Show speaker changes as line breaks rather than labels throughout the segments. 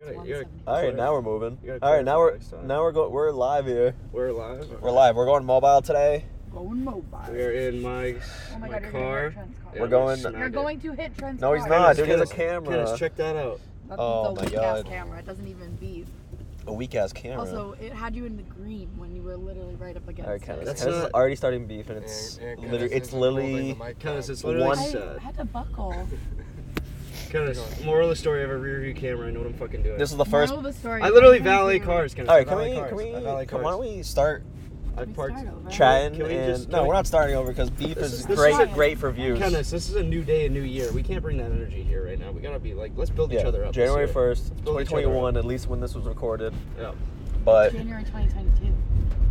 You're- you're-
All right, now we're moving.
You gotta
All right, now we're
clarify next time.
now we're go- we're live here.
we're live.
We're live. We're going mobile today.
Going mobile.
We are in Mike's
Oh my
my
God, you're gonna
car.
hit Trent's car.
and
We're going-
smack
You're
it.
going to hit Trent's
No, he's
car.
not.
Dennis,
dude, he has a
Dennis,
camera.
Dennis, check that out.
That's
Oh
a
my
weak
God.
ass camera. It doesn't even beep.
A weak ass camera.
Also, it had you in the green when you were literally right up against
All right,
it.
Kenneth.
That's
Kenneth is
not-
already starting beef, and it's
Eric- Eric
literally
Anderson
it's
is holding
literally.
the mic
Because
down.
it's literally
One-
I
sad.
had to buckle.
Dennis, moral of the story: I have a rear view camera. I know what I'm fucking doing.
This is the first.
Moral of the story
I
is
literally
sometimes
valet
you-
cars. Dennis,
All right,
I
can
valet
we
cars.
can
I valet
we
cars.
can, why don't we start
I
Can we
parked.
start over?
chatting
Can we
and
just-
no,
can
we're
we-
not starting over because beef
This
is,
is- this
great
is-
great for views.
Kenneth, this is a new day, a new year. We can't bring that energy here right now. We gotta be like, let's build
yeah,
each other up. this
January
year.
first,
build
twenty
each other
twenty one. At least when this was recorded,
Yeah.
but
January 2022.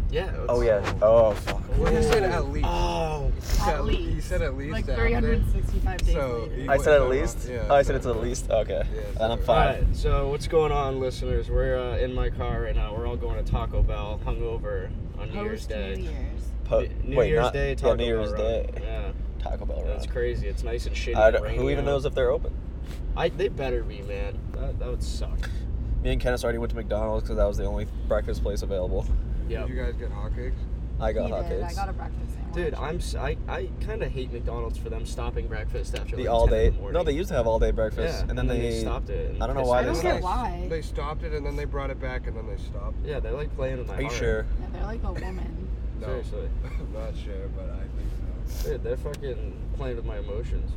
Yeah. let's-
oh yeah, oh fuck.
Well, he said at least.
Oh.
He said
At
at least. He
least.
said at least.
Like
out there.
365 days
So,
later.
you-
I said at
Yeah.
least.
Yeah.
Oh, I said it's at least. Okay,
Yeah, it's
and I'm
alright.
All
fine.
right, so what's going on, listeners? We're uh, in my car right now. We're all going to Taco Bell, hungover on New Year's
Post
Day.
New Year's.
Po-
New
wait,
Year's
not
Day,
yeah,
Taco
New Year's
Bell run.
Day.
Yeah,
Taco Bell.
that's
run.
crazy. It's nice and shitty.
I
and
don't-
rainy
who even
out.
knows if they're open?
I, they better be, man. That, that would suck.
Me and Kenneth already went to McDonald's because that was the only breakfast place available.
Yeah,
Did you guys get hotcakes?
I got
He did. I got
hotcakes.
a breakfast sandwich.
dude, I'm s- I, kind of hate McDonald's for them stopping breakfast after
The
like,
all
10
day.
In the morning.
no, they used to have all day
yeah,
breakfast, and then they,
stopped it. and
I don't know
pissed
why
me
they
off.
don't get why.
They stopped it and then they brought it back and then they stopped.
Yeah, they're like playing with my.
Are you
heart.
sure?
Yeah, they're like a woman.
No,
Seriously,
I'm not sure, but I think so.
dude, they're fucking playing with my emotions.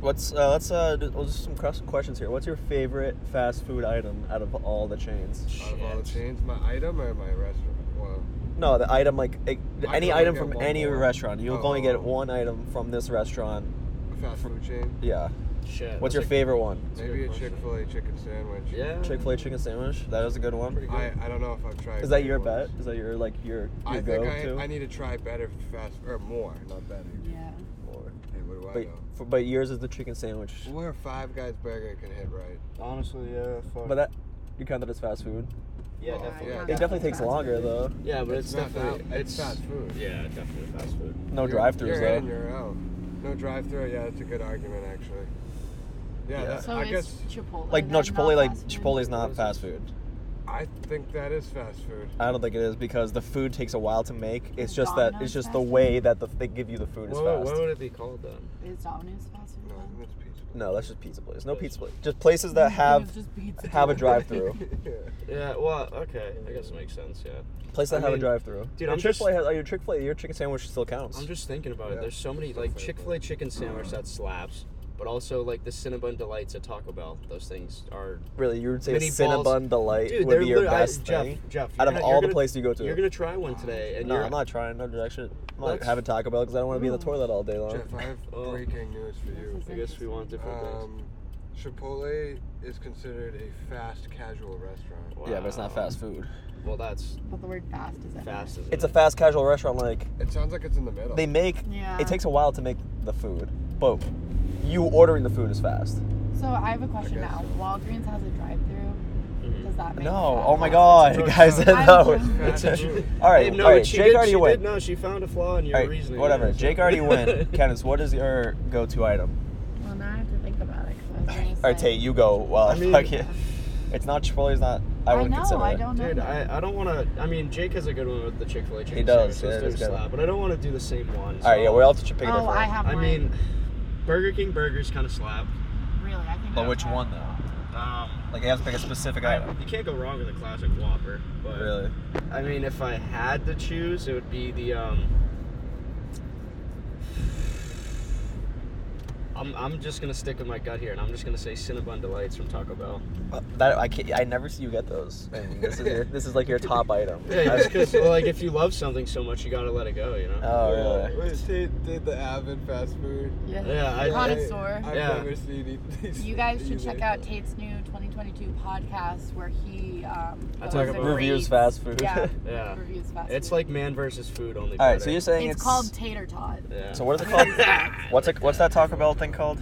What's uh, let's uh, do, let's do some cross questions here. What's your favorite fast food item out of all the chains?
Out of all the
Shit.
chains, my item or my restaurant? Well,
No, the item like it-
I
any
can only
item
get
from
one
any
more.
restaurant. You'll
Oh.
only get one item from this restaurant.
a fast food chain.
Yeah.
Shit.
What's your
that's
favorite one?
That's a
Maybe
good
a
question.
Chick Fil A chicken sandwich.
like- Yeah.
Chick Fil A chicken sandwich. That is a good one.
Pretty
I,
good.
I don't know if I've tried.
Is that
great
your bet?
ones.
Is that your like your,
I
your
think
go
I, I
to?
need to try better fast or more, not better.
Yeah.
Hey, what do I
But
know?
for, but yours is the chicken sandwich.
Where Five Guys Burger can hit right.
Honestly, yeah. Fuck.
But that you count that as fast food.
yeah,
Oh,
definitely.
yeah.
It definitely takes longer though.
Yeah, but it's,
It's not
definitely
that- it's fast food.
Yeah, definitely fast food.
No
You're-
drive-throughs
You're
though.
in and you're out. No drive-through. Yeah, that's a good argument actually. Yeah,
Yeah.
That,
So
I
it's
guess
Chipotle.
like no
then, not
Chipotle, like
fast food.
Chipotle's
What
not
is
fast
this?
food.
I think that is fast food.
I don't think it is because the food takes a while to make. It's just that it's
Domino's
just the
fast food?
way that the, they give you the food is
What, what
fast.
would it be called then?
Is Domino's fast food?
No, I
then?
think that's pizza.
No, that's just pizza place. No pizza place. Just places that
It's
have
just pizza.
have a drive-through.
Yeah. Well, okay. I guess it makes sense. Yeah.
Places that
I
have a
mean,
drive-through.
dude,
Your
I'm
Chick-fil-A
just-
has, oh, your Chick-fil-A, your chicken sandwich still counts.
I'm just thinking about it.
Yeah.
There's so many
Still
like
favorite.
Chick Fil A chicken sandwich that slaps, but also like the Cinnabon delights at Taco Bell. Those things are.
really, you would say a
Mini balls.
Cinnabon delight
Dude,
would
they're
be your
literally- I-
best
Jeff,
thing.
Jeff,
out
you're
of
gonna-
all
you're
the
gonna-
places you go to.
You're gonna try one today, and
no,
you're
I'm not trying. No direction. I'm not
Let's-
having Taco Bell because I don't want to be in the toilet all day long.
Jeff, I have
Oh.
breaking news for you.
I guess we want different
Um, Chipotle is considered a fast casual restaurant.
things.
Yeah, but it's not
Wow.
fast food.
Well, that's
But the word fast is in there.
fast. Isn't
It's a
it?
fast casual restaurant. Like
It sounds like it's in the middle.
they make.
Yeah.
It takes a while to make the food, but you ordering the food is fast.
So I have a question
guess
now. Walgreens has a drive-through.
Mm-hmm.
Does that make
No,
sense?
oh my god,
it's a-
guys,
it's a-
no.
it's a-
All right,
Hey, no,
all
but
right.
she
Jake
did,
already
she
went.
Did, no, she found a flaw in your
all right,
reasoning.
whatever.
there, so-
Jake already went. Kenneth, what is your go-to item?
Well, now I have to think about it. 'cause I was gonna
All right,
say-
Tate, you go. Well,
I mean-
fuck it. It's not Chipotle. It's not. I
I
wouldn't
know.
consider
I
it.
don't know.
Dude,
that.
I, I don't want to. I mean, Jake has a good one with the Chick Fil A chicken.
does,
Sandwich,
yeah, it
those
is
things
good.
slap, but I don't want to do the same one.
All right, yeah,
so-
we're all to pick a different.
oh, I
one.
have.
I
mine.
mean, Burger King burgers kind of slap.
really, I think.
But
I
which
have-
one though?
Um,
Like, you have to pick a specific
I,
item.
you can't go wrong with a classic Whopper. But
Really?
I mean, if I had to choose, it would be the. Um, I'm, I'm just gonna stick with my gut here, and I'm just gonna say Cinnabon delights from Taco Bell.
Uh, That I can't. I never see you get those. And this is your, this is like your top item.
Yeah, just 'cause, like if you love something so much, you gotta let it go, you know.
oh really?
Wait, Tate did the avid fast food.
Yeah.
Yeah, I-
Connoisseur.
I've
Yeah.
never seen e- it.
you guys should check out Tate's new 2022 podcast where he um,
I
goes
talk
and
about-
Reviews
rates-
fast food.
Yeah,
Yeah.
reviews fast
It's
food.
like man versus food only.
All right,
better.
so you're saying
it's,
it's,
called Tater Tot.
Yeah.
So what is it called? what's it, what's that Taco Bell thing called?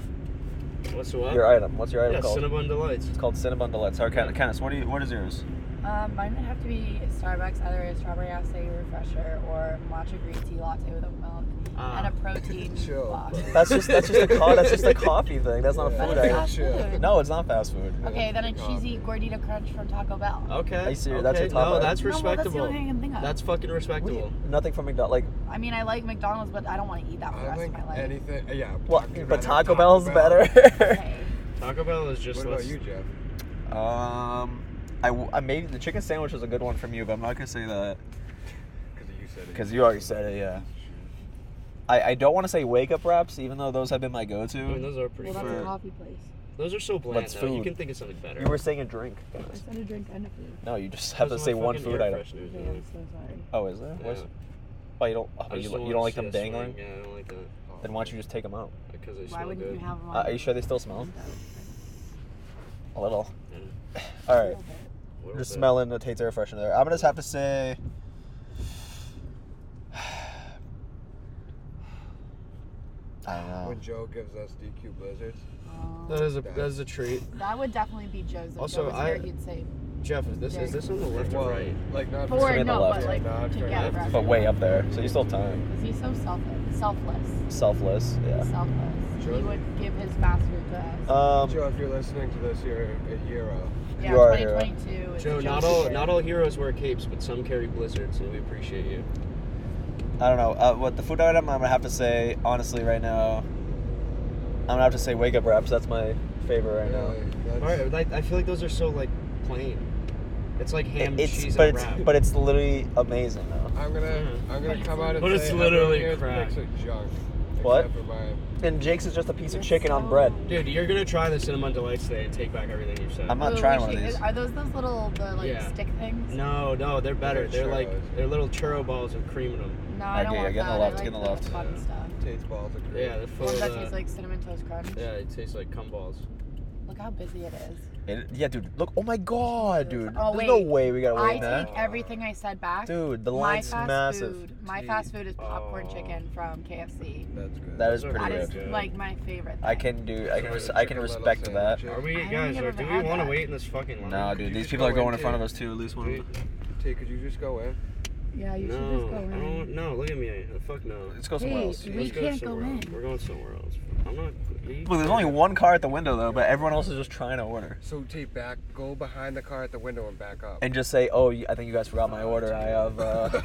What's the what?
Your item. What's your item
Yeah,
called?
Cinnabon delights.
It's called Cinnabon Delights. All right, Ken- Kenneth, what, do you, what is yours?
Um, mine would have to be Starbucks, either a strawberry acai refresher or matcha green tea latte with oat milk and
Ah.
a protein
Chill,
box.
bud.
That's just that's just a co- that's just a coffee thing. That's not a
Yeah.
food
That's
item.
fast
item.
food.
No, it's not fast food.
Okay, then a
Good
cheesy gordita crunch from Taco Bell.
Ah, Okay.
I see,
okay.
that's your top
No,
item.
that's
No, well, that's the
Oh, respectable.
only thing I can think of.
that's fucking
What do you-
respectable.
nothing from McDonald's. Like,
I mean, I like McDonald's, but I don't want to eat that for the
I
rest
don't
of
think
my life.
anything. Yeah.
what?
I'd
But
rather
Taco Bell's
Bell.
better.
Okay.
Taco Bell is just
What
less-
about you, Jeff?
um, I, w- I maybe the chicken sandwich was a good one from you, but I'm not gonna say that
Because you said it.
because you already said it. Yeah. I, I don't want to say wake up wraps, even though those have been my go-to.
I mean, those are pretty.
Well, that's
good.
a
For-
coffee place.
Those are so bland.
That's
though. You
food.
can think of something better.
you were saying a drink.
I said a drink and a food.
No, you just have to
Those are
say
my
one
fucking
food
air
item.
fresheners,
Okay,
really.
I'm so sorry.
Oh, is there? Where's-
Yeah.
Oh, you don't. Oh,
I
you,
just
li-
don't
you
wanna
don't like
see
them
that
dangling?
swing. Yeah, I don't like that
Then why don't you just take them out?
because they
Why
smell
wouldn't
good.
you have one?
Uh, are you sure they still smell? A little.
Yeah.
All right.
What
I'm
was
just
that?
smelling the Tate's air freshener there. I'm gonna just have to say. I don't know.
When Joe gives us DQ blizzards,
That is a
That-
that is a treat.
Um, That would definitely be Joe's. If
Uh, Also,
Joe was
I-
here, he'd say
Jeff, is this is this on the left
well,
or right?
like not
four.
Somebody on the
No,
left.
but like
Yeah, no,
to
fair
get
enough.
it
But way up there, so you still have time.
Because he's so selfless. Selfless.
Selfless, yeah.
Selfless.
Joe-
He would give his master to us.
Um,
Joe, if you're listening to this, you're a hero.
yeah,
you are a hero.
2022. is
Joe,
Joe's
not all
year.
not all heroes wear capes, but some carry blizzards, and we appreciate you.
I don't know. Uh, what the food item? I'm gonna have to say honestly right now. I'm gonna have to say wake up wraps. That's my favorite right now.
Really, that's-
All right, like, I feel like those are so like plain. It's like ham,
it's
cheese,
but
and
it's
wrap.
but it's literally amazing though.
I'm gonna,
Mhm.
I'm gonna come out and
But
say
it's literally
everyone
crap.
here picks a junk.
What?
Except for mine.
And Jake's is just a piece of
They're
chicken on
so-
bread.
Dude, you're gonna try the cinnamon delights today and take back everything you've said.
I'm not
Ooh, we
trying one of
should-
these.
Are those those little the like
Yeah.
stick things?
no, no, they're better. They're,
They're
like
churros.
they're little churro balls with cream in them.
No, I don't
Okay, yeah,
want
get in
that.
the
I
left,
like
get in the left.
Fun stuff.
Tate's balls are great.
Yeah, they're full.
One
Of,
that
uh,
tastes like cinnamon toast crunch.
yeah, it tastes like cum balls.
Look how busy it is.
It- yeah, dude. Look. Oh my god, dude.
Oh,
There's no
wait.
way we gotta
I
wait
take
that.
everything I said back.
Dude, the
my
line's
fast
massive.
food. My
Gee.
fast food is popcorn
Oh.
chicken from KFC.
That's good.
That is
Those are
pretty
That
really
is
good.
good.
like my favorite.
I
thing.
can do. I can.
Sorry,
Res-
the
I can
chicken little
respect that.
sandwiches.
Are
I
we
don't
guys?
think
Are,
I've
do
ever
we
had
want to
that.
wait in this fucking line?
No,
you
dude. These
just
people are
go
going in
into-
front of us too. At least one. of
Dude,
them.
Tate, could you just go in?
Yeah, Oh, you should just go
No, I
in.
don't. No, look at me. Fuck no.
Let's go somewhere
Hey,
else.
we-
Let's go
can't go
somewhere else.
in.
We're going somewhere else. I'm not.
Well, there's only one car at the window though, but everyone else is just trying to order
So Tate, back, go behind the car at the window and back up.
and just say, "Oh, you- I think you guys forgot my order. I have."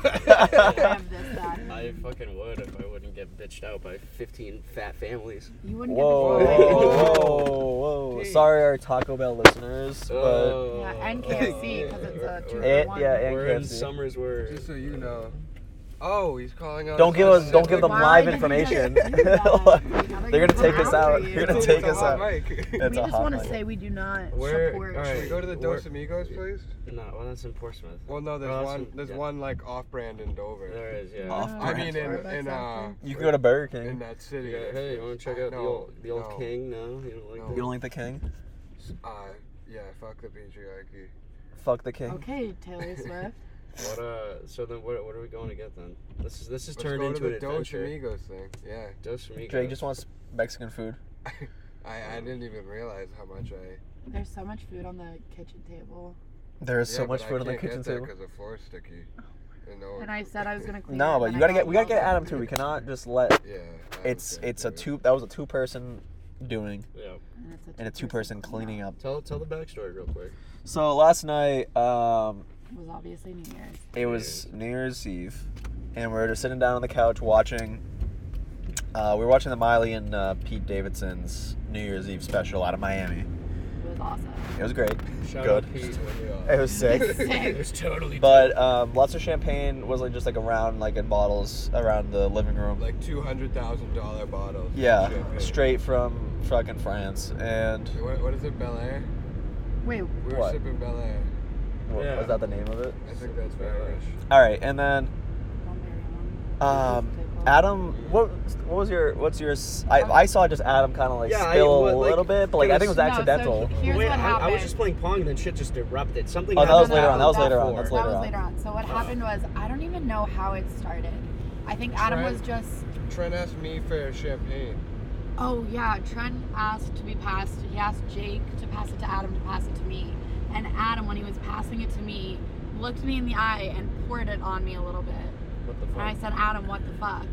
I
Uh...
have this, that.
I fucking would if I wouldn't get bitched out by 15 fat families.
You wouldn't
whoa,
get this.
whoa,
Whoa.
whoa, whoa!
Jeez.
Sorry, our Taco Bell listeners, but
Oh.
Yeah, and KFC because it's a two
Eh,
for one.
yeah, eh.
We're in
KFC.
Summer's where
Just so you know. Oh, he's calling us.
don't give us, don't give them
Why
live
did you
information.
guys do that?
They're gonna take us out.
It's
They're gonna take us out.
Mic.
That's
we
a
just
hot
want to
mic.
say we do not
Where-
support.
all
Should we
right.
go to the
We're-
Dos Amigos, please?
No, well, that's in Portsmouth.
Well, no, there's
Oh,
one.
that's in-
there's
yeah.
one like off-brand in Dover.
There is, yeah.
Off
I
brand.
mean, in,
Starbucks
in uh,
after?
You can go to Burger
in
King.
that city. Uh,
Yeah, hey, you wanna check out the
No,
old, the old
no.
king? No, you don't like
No.
the
You don't like the king?
Uh, yeah, fuck the patriarchy.
Fuck the king.
Okay, Taylor Swift.
What, uh, so then what, what are we going to get then? This is, this is
Let's
turned
go
into
to the
an
Dos
adventure.
Amigos thing. Yeah,
Dos Amigos.
Drake just wants Mexican food.
I, I didn't even realize how much I.
There's so much food on the kitchen table,
There is
yeah,
so much
but I
food on the
can't get
kitchen
there
table.
'cause the floor's sticky. And, no
Oh and I said I was gonna clean.
No,
it,
but
then
you
I
gotta
got
get, we gotta get
involved.
Adam too. We cannot just let.
Yeah. I
It's
was gonna
it's a
do it.
two. That was a two person doing,
Yeah.
and a two person cleaning up.
Tell, tell the backstory real quick.
So last night, um,
Was obviously New Year's.
it was New Year's Eve, and we were just sitting down on the couch watching. Uh, we were watching the Miley and uh, Pete Davidson's New Year's Eve special out of Miami.
It was awesome.
It was great.
Shout out
Good.
Pete.
It was sick.
it was totally.
But um, lots of champagne was like just like around like in bottles around the living room.
Like two hundred thousand dollar bottles. of
Yeah,
champagne.
straight from fucking France. And
What, what is it, Bel Air?
Wait,
We were
What?
sipping Bel Air.
what,
Yeah.
was that the name of it?
I think that's very rich.
All right, and then
don't marry one.
um, Adam, what what was your what's your? s- I, I saw just Adam kind of like
Yeah, I-
spill
what,
a
like,
little bit, but like
it
I think it
was-
was
Um, No, so
accidental.
he- Here's
Wait,
what
I, I
happened.
was just playing Pong and then shit just erupted. Something.
Oh, that
happened
was later on, that was
before.
later on, that's
that
later
was
on.
later on. So what happened was I don't even know how it started. I think Adam was just.
Trent asked me for champagne.
Oh yeah, Trent asked to be passed. He asked Jake to pass it to Adam to pass it to me, And Adam, when he was passing it to me, looked me in the eye and poured it on me a little bit.
What the
And I
fuck?
said, Adam, what the fuck?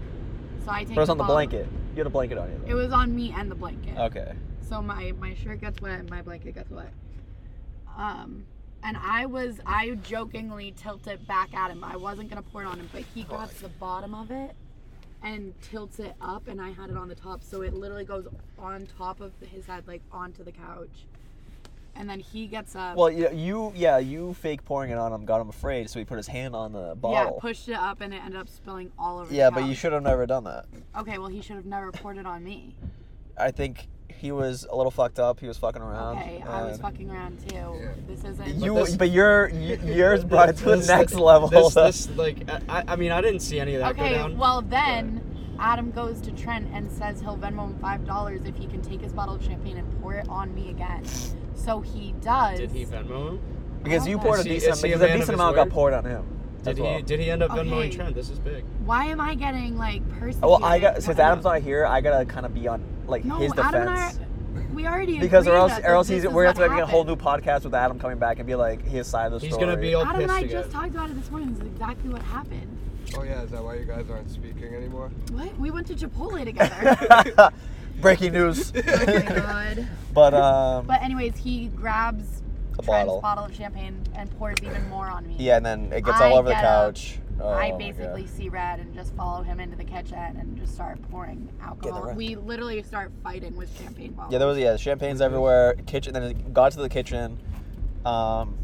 So I take.
But it was on the
bottle-
blanket. You had a blanket on you.
It
Though.
was on me and the blanket.
okay.
So my my shirt gets wet and my blanket gets wet. Um, and I was I jokingly tilted back at him. I wasn't gonna pour it on him, but he grabs the bottom of it and tilts it up, and I had it on the top, so it literally goes on top of his head, like onto the couch. And then he gets up.
Well, you, you yeah, you fake pouring it on him got him afraid, so he put his hand on the
yeah,
bottle.
pushed it up, and it ended up spilling all over. the
Yeah, but you
couch.
should have never done that.
Okay, well he should have never poured it on me.
I think he was a little fucked up. He was fucking around.
Okay, I was
and-
fucking around too. This isn't.
Um, uh, You,
But
but,
this-
your y- yours brought it to the
This-
next level.
This, this, like, I- I, I mean, I didn't see any of that go
Okay,
down.
well then Adam goes to Trent and says he'll Venmo him five dollars if he can take his bottle of champagne and pour it on me again. So he does.
Did he Venmo him?
because you poured a
Is he-
decent
is he a
because a
man of
decent
his
amount
word?
got poured on him.
Did
as
he?
well.
Did he end up Venmoing
Okay.
Trent? This is big.
Why am I getting like persecuted?
Well, I got since
Why-
Adam's not here, I gotta kind of be on like
No,
his
Adam and I-
defense
we already
because or
agreed
else
that
or else
this
he's
is
we're
what
gonna get a whole new
happened.
podcast with Adam coming back and be like his side of the
He's
story.
gonna be all
Adam and I
pissed
just
again.
talked about it this morning. This is exactly what happened.
Oh yeah, is that why you guys aren't speaking anymore?
What? We went to Chipotle together.
breaking news.
oh my god.
but um,
But anyways, he grabs
A
Trent's
bottle.
bottle of champagne and pours even more on me.
yeah, and then it gets
I
all over the
get up.
couch. Oh,
I
my
basically
God.
see red and just follow him into the kitchen and just start pouring alcohol.
red.
We literally start fighting with champagne bottles.
yeah, there was yeah champagne's
Mm-hmm.
everywhere. Kitchen, then it got to the kitchen, um,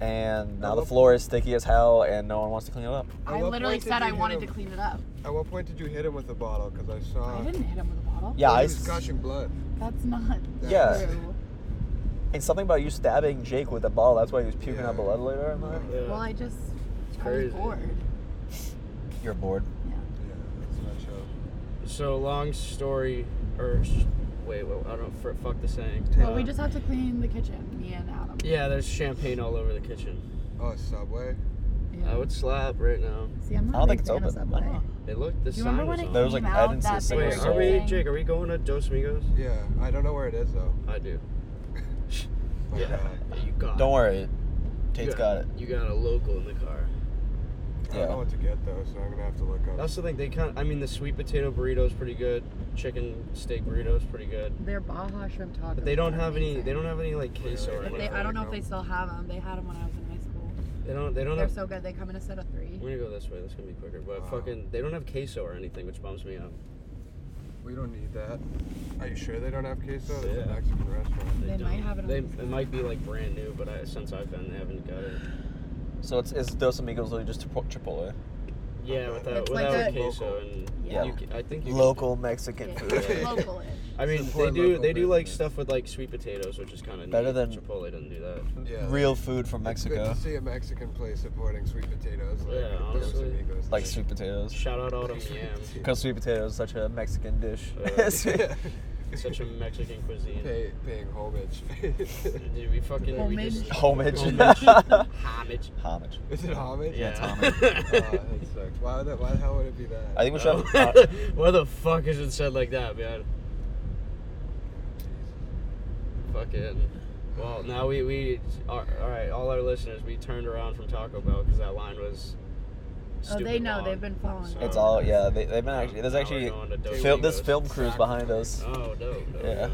and now the
love-
floor is sticky as hell, and no one wants to clean it up.
At
I
what
literally
point did
said
you
I
hit
wanted
him?
to clean it up.
At what point did you hit him with the bottle? Because I saw.
I didn't hit him with a bottle.
Uh, Yeah,
Oh,
I
he was
s-
gushing blood.
That's not
Yeah.
true.
And something about you stabbing Jake with a ball. That's why he was puking
Yeah.
out blood later. I'm like,
Yeah.
Well, I just I was
crazy.
bored.
You're bored.
Yeah.
Yeah, that's my show.
So long story, or sh- wait, wait, I don't for, fuck the saying.
Well, we
Uh,
just have to clean the kitchen, me and Adam.
Yeah, there's champagne all over the kitchen.
Oh, Subway.
I would slap right now.
See, I'm not
I
a
don't
big
think it's
fan of
open. I
Subway.
don't know.
It looked the
Do you
sign
remember when
was
it
on.
There was, like,
came
I
out
didn't see
that
a
they were
Wait,
single
are we
saying-
Jake? Are we going to Dos Amigos?
Yeah, I don't know where it is though.
I do.
But,
Yeah.
uh,
You got.
Don't worry. Tate's
has
got it.
You got a local in the car.
I
Yeah.
don't know what to get though, so I'm gonna have to look up.
I also think they kind. Of, I mean, the sweet potato burrito's pretty good. Chicken steak burrito's pretty good.
Their Baja shrimp tacos.
But they don't
are
have any.
amazing.
They don't have any like queso or
If
If
anything.
they, I don't know if
Whatever.
they still have them. They had them when I was in high school.
They don't. They don't
They're
have.
so good. They come in a set of three.
We're gonna go this way. That's gonna be quicker. But
Wow.
fucking, they don't have queso or anything, which bums me out.
We don't need that. Are you sure they don't have queso? It's
Yeah.
a Mexican restaurant.
They might
don't.
have it on
They,
the
it might be like brand new, but I, since I've been, they haven't got it.
So it's, it's Dos Amigos literally just Chipo- Chipotle.
Yeah, without
It's like
without
a-
queso
Local.
and
Yeah.
you can, I think you can-
Local Mexican
Yeah,
food.
local
I mean, they
Support
do
local
they do like
business.
stuff with like sweet potatoes, which is kind of
Better than-
Chipotle doesn't do that.
Yeah.
Real food from
It's good
Mexico.
to see a Mexican place supporting sweet potatoes. Like
Yeah, honestly.
Dos Amigos
Like
did.
sweet potatoes.
Shout out all them yams.
Because sweet potatoes is such a Mexican dish.
Uh,
Sweet-
Such a Mexican cuisine.
Pay, paying homage.
Dude, we fucking we just-
Homage.
Homage. Homage.
Homage.
Is it homage?
Yeah.
Oh, that sucks. Why, would that, why the hell would it be that?
I think we
Oh.
should have. uh,
Why the fuck is it said like that, man? Fucking. Well, now we we all right. All our listeners, we turned around from Taco Bell because that line was.
Oh, they
stupid
know.
long.
They've been following.
So-
it's all, yeah, they, they've been
Now-
actually. There's
now Oh, we're
actually.
going to Dos
Fil- this
Amigos.
film crew's behind us.
Oh, dope. dope
Yeah.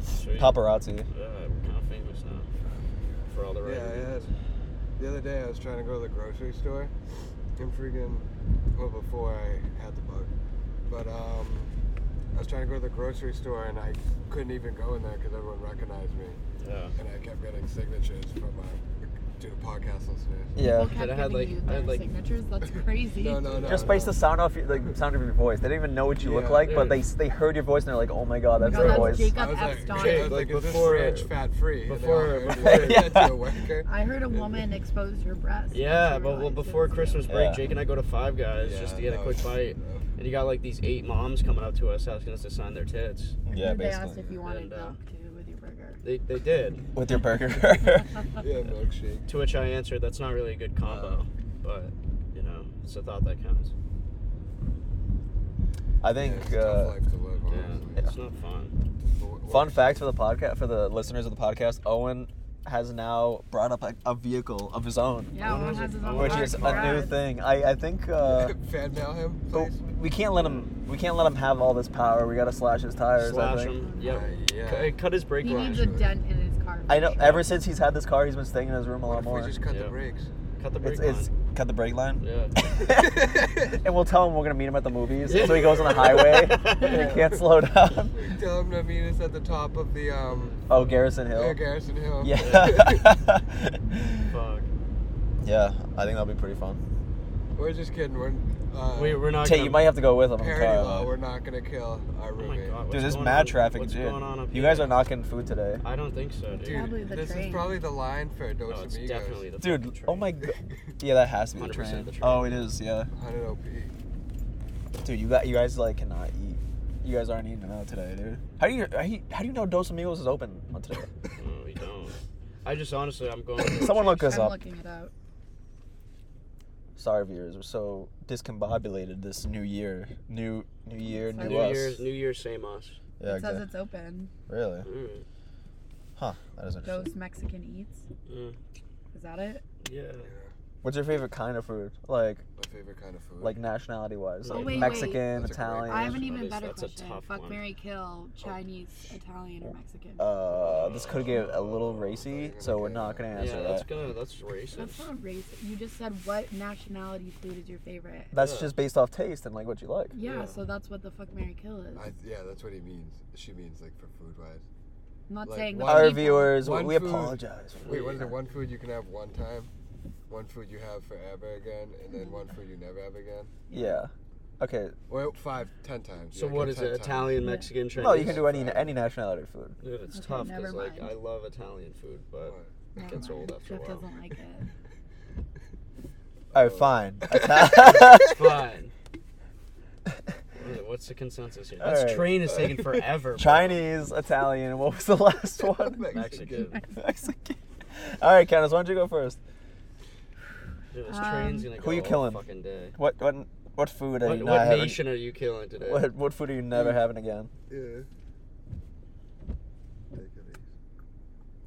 Sweet.
Paparazzi.
Yeah, we're kind of famous now for all the
Yeah,
right.
I
reasons.
had, the other day I was trying to go to the grocery store and freaking, well, before I had the bug, but um, I was trying to go to the grocery store and I couldn't even go in there because everyone recognized me
Yeah.
and I kept getting signatures from uh, my, due to podcast listeners.
Yeah.
People kept
But I had,
giving
like-
you
I
their
had, like-
signatures. That's crazy.
No, no, no.
Just based the sound off your, the sound of your voice. They didn't even know what you look
Yeah.
like, but
Yeah.
they they heard your voice and they're like, oh my god, that's
God,
your
that's
voice.
Jacob.
I was like,
Epstein.
I was like,
Like,
is this
before-
rich, fat free? And they all
before-
heard me.
before-
That's your wanker.
I heard a woman expose her breast.
Yeah, but well, before Christmas break,
Yeah.
Jake and I go to Five Guys just to get a
that
quick
was-
bite, and you got like these eight moms coming up to us asking us to sign their tits.
Yeah,
they asked
basically.
if you wanted
And, uh,
milk too with your burger.
They, they did.
With your burger.
Yeah, milkshake.
To which I answered, "That's not really a good combo, but you know, it's a thought that counts.
I
Yeah,
think.
it's a
uh,
tough life to live,
Yeah,
honestly.
it's not fun.
But what-
Fun fact for the podcast for the listeners of the podcast: Owen has now brought up a, a vehicle of his own,
Yeah,
What
one
is
has
it?
his
Oh
own
which
car,
is a new
congrats.
thing. I I think. Uh,
Fan mail him,
but
please.
we can't let him. We can't let him have all this power. We gotta slash his tires. I
Slash
think.
him. Yep.
Uh, yeah.
Cu- cut his brake
He
line.
needs a dent in his car.
I know.
for sure.
Ever since he's had this car, he's been staying in his room a
What
lot
if
more.
we just cut
Yeah.
the brakes?
Cut the brake
It's, it's
line.
cut the brake line,
Yeah.
and we'll tell him we're gonna meet him at the movies.
Yeah.
So he goes on the highway. and he can't slow down.
Tell him to meet us at the top of the um,
Oh, Garrison
yeah,
Hill.
Garrison Hill.
Yeah.
Fuck.
yeah, I think that'll be pretty fun.
we're just kidding. We're uh,
We, we're not.
Tate,
gonna-
you might have to go with him. in the
parody
car.
law. We're not gonna kill our
Oh my
roommate.
god. what's
Dude, there's
going
mad
on-
traffic,
What's
dude.
going on up
you
here?
guys are not getting food today.
I don't think so, dude.
Dude,
Probably the
this
train.
is probably the line for Dos
no, it's
Amigos.
definitely the fucking
Dude, oh
train.
my god. Yeah, that has to be the
100%
train.
the train.
Oh, it is, yeah.
100 OP.
Dude, you got you guys like cannot eat. You guys aren't eating out today, dude. How do you how do you, how do you know Dos Amigos is open on today?
No, we don't. I just honestly, I'm going. through a
Someone look
change.
us
I'm
up.
looking it out.
Sorry, viewers, we're so discombobulated this new year. New New Year,
It's
new,
like-
New
us.
Year's, New Year's, same us.
yeah,
it says
exactly.
it's open.
Really?
Mm,
Huh? That is interesting.
Those Mexican eats.
mm,
Is that it?
yeah.
Yeah,
What's your favorite kind of food? Like
my favorite kind of food.
like nationality wise,
Oh,
like
wait, wait.
Mexican,
That's a great
Italian.
I have an
that's-
even
that's-
better
that's a
question.
tough
Fuck,
one.
Mary, kill Chinese, Italian, or Mexican.
uh, this could get a little racy, so we're not gonna
Yeah,
answer
that's
that.
gonna that's racist.
That's not racist. You just said what nationality food is your favorite.
That's
Yeah.
just based off taste and like what you like.
Yeah,
Yeah.
so that's what the fuck Mary Kill is.
I, yeah, that's what he means. She means like for food wise.
I'm not
like,
saying the
one-
Our
people.
viewers,
one
we
food-
apologize.
Wait, what is it? One food you can have one time, one food you have forever again, and then one food you never have again.
Yeah. Okay.
Well, five, ten times.
So
yeah,
what
get
is
10
it?
times.
Italian,
Yeah.
Mexican, Chinese.
No, you can do any any nationality food.
Dude, it's
Okay,
tough
never
because like
mind.
I love Italian food, but
What?
it gets
Never
old
mind.
after a
Jeff
while.
doesn't like it.
All right, fine. Ita-
fine. Wait, What's the consensus here? This
Alright.
train is taking forever. bro.
Chinese, Italian. What was the last one?
Mexican.
Mexican. All right, Candace, why don't you go first?
Dude, this
Um,
train's gonna go
Who you
all
killing?
Fucking day.
What what what food are
What,
you
what
not having?
nation are you killing today?
What what food are you never having again?
Yeah. Take it easy.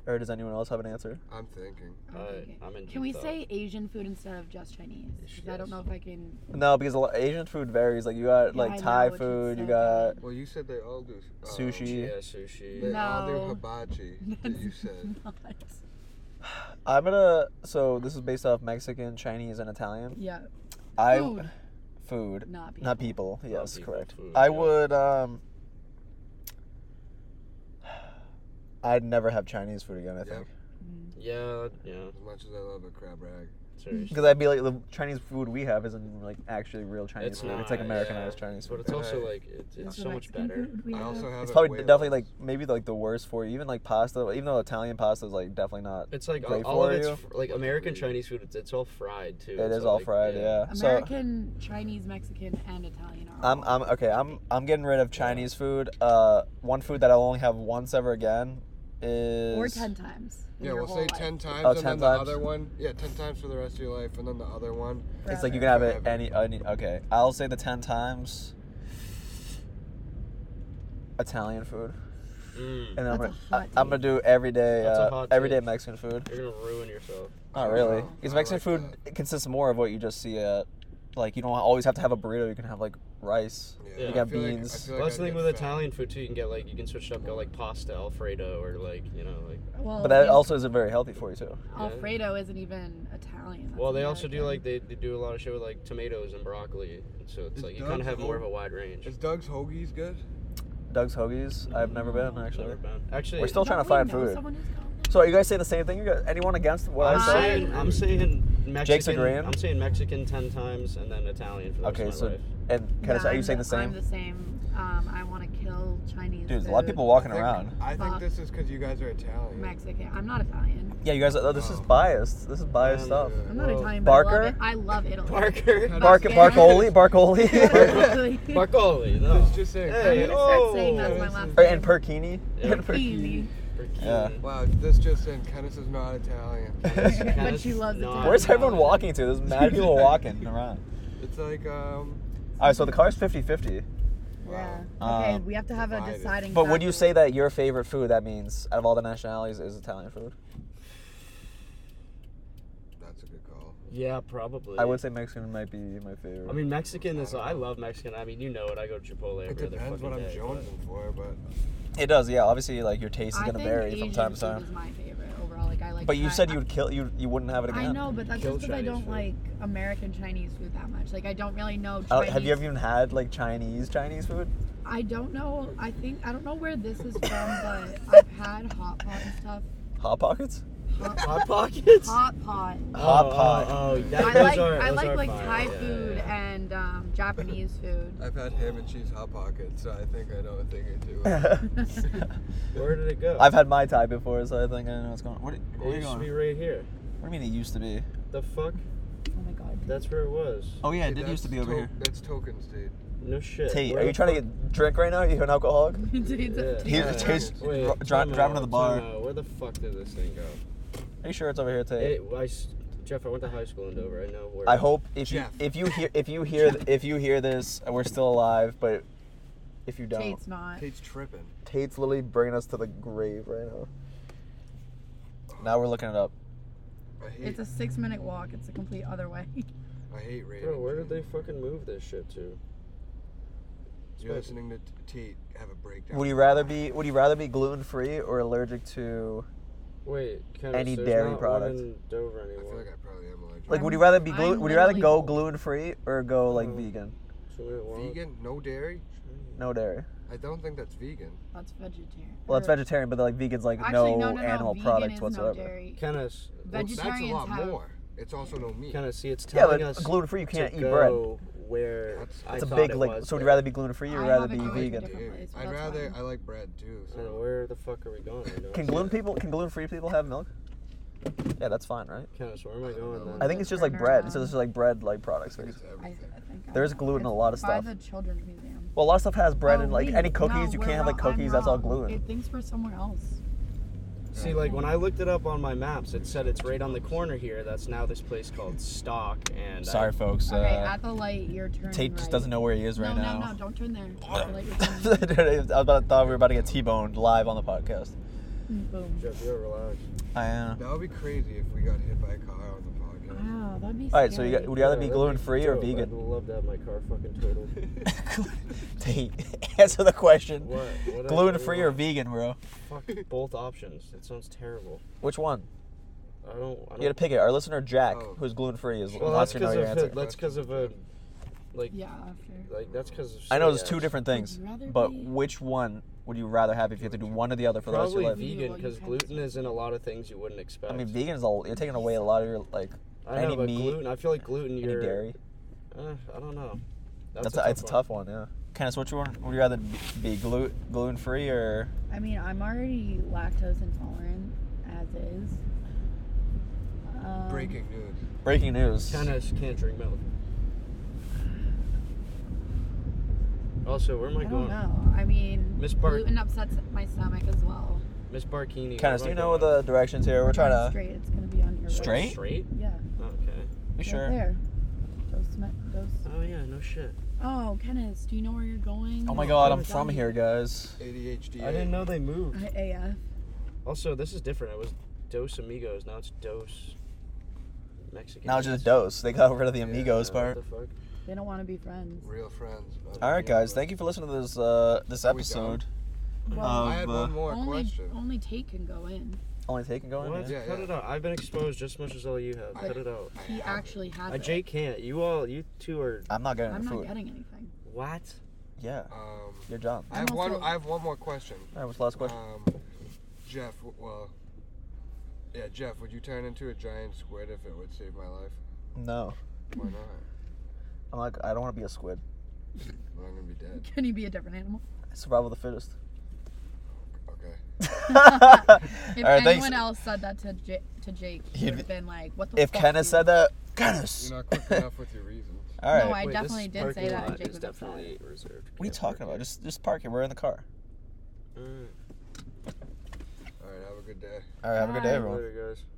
Or does anyone else have an answer?
I'm thinking.
I don't like it.
I, am in.
Can
deep
we
thought.
say Asian food instead of just Chinese? 'Cause I
Yes.
don't know if I can.
No, because a lot, Asian food varies. Like you got
Yeah, I
like
know,
Thai
which is
food,
so
you got
good.
Well, you said they all do uh,
Sushi.
Yeah,
They
sushi.
all do
No.
hibachi. that you said.
Not.
I'm gonna. So this is based off Mexican, Chinese, and Italian.
Yeah,
I
Food.
food,
not people.
not people. Yes,
people,
correct.
food,
I
yeah.
would. um I'd never have Chinese food again. I
Yeah.
think
Yeah, yeah.
As much as I love a crab rag.
Seriously.
because I'd be like the Chinese food we have isn't even, like actually real Chinese
It's
food. it's
not,
like
yeah.
Americanized Chinese
But
food.
it's also like it, it's so much better.
I also have.
It's
it
probably
way
definitely like
less.
maybe like the worst for you. Even like pasta, even though Italian pasta is like definitely not.
It's like all,
Great
all of
for
it's
you.
fr- like American
Agreed.
Chinese food. It's, it's all fried too.
It
It's
is all
like,
fried, yeah. So
American, Chinese, Mexican, and Italian are.
I'm
all-
I'm okay. I'm I'm getting rid of Chinese food. Uh, one food that I'll only have once ever again is
or ten times. in
Yeah,
your
we'll
whole
say
life.
ten times,
Oh,
and
10
then the
times.
other one. Yeah, ten times for the rest of your life, and then the other one.
It's like you
Forever.
can have it
Forever.
any, any. Okay, I'll say the ten times. Italian food,
Mm.
and then I'm
That's
gonna,
a hot
I- I'm gonna do everyday
That's a
uh,
hot
everyday
take.
Mexican food.
You're gonna ruin yourself.
Not really,
Wow,
because
I
Mexican
like
food it consists more of what you just see at. Like you don't always have to have a burrito. You can have like rice.
Yeah,
Yeah.
You
I
got
feel like- I
beans.
feel
Well, that's the
I'd
thing
get
with
fat.
Italian food too. You can get like you can switch it up, go like pasta Alfredo or like you know like.
Well,
but that
they-
also isn't very healthy for you too.
Alfredo isn't even Italian. that's
Well, they also do
American.
like they, they do a lot of shit with like tomatoes and broccoli, and so it's
Is
like you
Doug's
kind of have more of
home-
a wide range.
Is Doug's hoagies good?
Doug's Hoagies. I've never been
No.
actually.
Never been. Actually,
We're still
Don't
trying to
we know
find food.
someone who's gone
So are you guys saying the same thing? You got anyone against what
I'm
I said?
saying I'm saying
Jake's
Mexican.
agreeing?
I'm saying Mexican ten times and then Italian for the
Okay,
rest of my
so
life.
and
there?
kind of
Yeah,
are you
I'm
saying the
I'm
same?
the same. Um, I want to kill Chinese.
Dude, there's a lot of
food,
people walking
I think-
around.
I think
Fuck.
this is because you guys are Italian.
Mexican. I'm not Italian.
Yeah, you guys. Are, oh, this is
Oh.
biased. This is biased
Um,
stuff.
I'm not
Well,
Italian.
Barker?
But I love it. I love Italy.
Barker.
Bark,
Yeah.
Barcoli, Barcoli,
Barker.
Barcoli. No.
Let's just say.
Hey,
I'm gonna start saying
oh.
that's my last
Or-
name.
and Perkini.
Yeah.
And Perkini.
Easy.
Barcoli.
Yeah.
Wow, this just in. Kenneth is not Italian.
But she
Kenneth's
loves
not
Italian.
Where's everyone
Italian.
walking to? There's mad people walking around.
It's like um.
All right, so the car's 50-50.
Yeah.
Wow.
Okay,
Um,
we have to have a
divided.
deciding.
But would you
factor.
say that your favorite food, that means out of all the nationalities, is Italian food?
That's a good call.
Yeah, probably.
I would say Mexican might be my favorite.
I mean, Mexican is. I love Mexican. I mean, you know it. I go to Chipotle every
It
other
depends
fucking
what I'm
day. but-
jonesing for, but
it does, yeah. Obviously, like your taste is
I
gonna
think
vary
Asian
from time
food
to time.
is my favorite overall. Like I like.
But you
I-
said
I-
you would kill you. You wouldn't have it again.
I know, but that's
Kill
just because I
Chinese
don't
food.
like American Chinese food that much. Like I don't really know.
Uh,
Chinese.
have you ever even had like Chinese Chinese food?
I don't know. I think I don't know where this is from, but I've had hot pot and stuff.
Hot pockets?
Hot,
Hot pockets.
hot pot.
Hot
oh,
pot.
Oh, oh, that,
I
those
like
are-
I
those
like
are
like
fire.
Thai
Yeah, yeah,
food
yeah.
and um, Japanese food.
I've had ham and cheese hot pockets, so I think I know a thing or two.
Where did it go?
I've had my Thai before, so I think I know what's going. What,
It
where are you
used to
going?
be right here.
What do you mean it used to be?
The fuck?
Oh my god.
That's where it was.
Oh yeah, it
Dude,
did
that's
used to be over
to-
here.
That's tokens, dude.
No shit.
Tate,
Where
are
the
you trying to
fuck-
get drink right now? Are you an alcoholic?
Dude's a-
Yeah.
He,
Yeah.
Tate's
Wait,
dri- dri-
time
driving to the
out,
bar.
time out. Where the fuck did this thing go?
Are you sure it's over here,
It,
Tate?
I s- Jeff, I went to high school in Dover. I know where.
I hope if you
Jeff.
if you hear if you hear if you hear this, we're still alive. But if you don't, Tate's,
Tate's not.
Kate's tripping.
literally bringing us to the grave right now. Now we're looking it up.
I hate,
It's a six minute walk. It's a complete other way.
I hate Raven.
Bro, where did
dude.
they fucking move this shit to?
You're listening to Tate have a breakdown.
Would you rather be Would you rather be gluten free or allergic to
Wait, Kenneth,
Any
there's
dairy
not
product.
One in Dover
I feel
anymore.
like I probably am allergic.
like Would you
I'm-
rather be
I'm
gluten Would you rather
literally
go
both.
gluten free or go like
Um,
vegan?
So wait, what?
vegan? No dairy?
No dairy.
I don't think that's vegan.
That's vegetarian.
Well, it's
Or-
vegetarian, but like vegans like
Actually,
no,
no, no, no.
animal
Vegan
products
is
whatsoever.
No dairy.
Kenneth's.
Well, that's a
Vegetarians
lot
have-
more. It's also no meat.
Kenneth, see, it's
Yeah,
telling
but
us
gluten free you
to
can't eat bread.
go where
That's-
I
It's a
thought
big
it
link.
was,
So would you
but-
rather be gluten free or
I
rather
have it
be
going to
vegan?
different
Dude,
place, but
I'd
that's
rather.
fine.
I like bread too.
I don't know,
So.
Where the fuck are we going? right now?
Can gluten people can gluten free people have milk? Yeah, that's fine, right?
Kenneth, where am I going then?
I think it's just like
Turn
bread. So
around.
it's like bread like products.
I think
basically.
it's
I, I
everything.
think I
There's
know.
gluten in a
It's
lot of stuff.
By the children's museum.
Well, a lot of stuff has bread
Oh,
and like
wait,
any cookies
no,
you
we're
can't have like
wrong. I'm
cookies. That's all
wrong.
gluten.
It thinks we're somewhere else.
See, like when I looked it up on my maps, it said it's right on the corner here. That's now this place called Stock. And I-
folks. uh,
okay, at the light, you're turning. right.
know where he is
no, no, no, don't turn there. At the light, you're turning.
Dude, I was about to thought we were about to get T-boned live on the podcast.
Mm, Boom.
Jeff, you're relaxed.
I uh, am.
That would be crazy if we got hit by a car on the podcast.
Wow, that'd be.
All right, so you
scary.
got, would you rather
Yeah,
be
that'd
gluten free or
dope. I'd
vegan?
love to have my car fucking totaled.
Tate, answer the question.
What? What I-
Gluten free or
what
vegan, bro?
I want. Fuck both options. That sounds terrible.
Which one?
I don't. I
You gotta
don't.
pick it. Our listener Jack,
Oh.
who's gluten free, is
Well, that's
wants to know
because
your
of
answer.
a, that's because of a like
Yeah, after.
like that's because of.
I know there's
celiac.
two different things,
you rather
but
be-
which one would you rather have if you had to do one or the other for the rest of
Probably
your life?
vegan
Well, you
because
can't-
gluten is in a lot of things you wouldn't expect.
I mean, vegan is all you're taking away a lot of your like
I know,
any
but
meat,
gluten. I feel like gluten.
any
You're,
dairy.
Uh, I don't know.
That's, a, it's a tough one, yeah. Kenneth, which one would you rather be- be gluten gluten free or?
I mean, I'm already lactose intolerant as is. Um,
Breaking news.
Breaking news.
Kind of can't drink milk. Also, where am I,
I don't
going?
know. I mean,
Miss Bart-
gluten upsets my stomach as well.
Miss Barkini.
Kenneth, do you know the directions here? We're trying to.
Straight. It's gonna be on your.
Straight?
Right.
Straight?
Yeah.
Okay.
You
right
sure?
There. Those, me- those.
Oh yeah, no shit.
Oh, Kenneth, do you know where you're going?
Oh my God, I'm
You're
from
done.
here, guys.
ADHD.
I didn't know they moved.
I- AF.
Also, this is different. It was Dos Amigos. Now it's Dos Mexican.
Now it's just dose. They got rid of the amigos
Yeah,
part.
What the fuck?
They don't want to be friends.
Real friends. but-
All right, guys. Thank you for listening to this uh, this
Are we
episode.
Well,
I had
Of, uh,
one more
only
question.
only Tate can go in.
only taking going.
What?
Yeah.
Yeah,
Cut
yeah.
it out. I've been exposed just as much as all you have.
I-
Cut it out.
I
He
have it.
actually has.
Uh,
it.
Jake can't. You all, you two are.
I'm not getting
I'm
the
not
food.
getting anything.
What?
Yeah,
Um,
your job.
I
I'm
have one.
also-
I have one more question.
All right, what's the last question?
Um, Jeff, w- well, yeah, Jeff, would you turn into a giant squid if it would save my life?
No,
Why not?
I'm like I don't want to be a squid.
Well, I'm gonna be dead.
Can he be a different animal?
Survival of the fittest.
Okay.
If
All right,
anyone
thanks.
else said that to J- to Jake, he
He'd
would have been like, "What the
If
fuck?"
Kenneth
dude?
said that,
You're
Kenneth.
not quick enough with your reasons.
All right.
No, I
Wait, this
definitely did
parking
say that.
lot
Jake
is
was upset.
definitely reserved.
what are you talking about? Just just park it. We're in the car.
All
All right. Have a good day.
All right. Have a good day,
Bye.
everyone.
right, later, guys.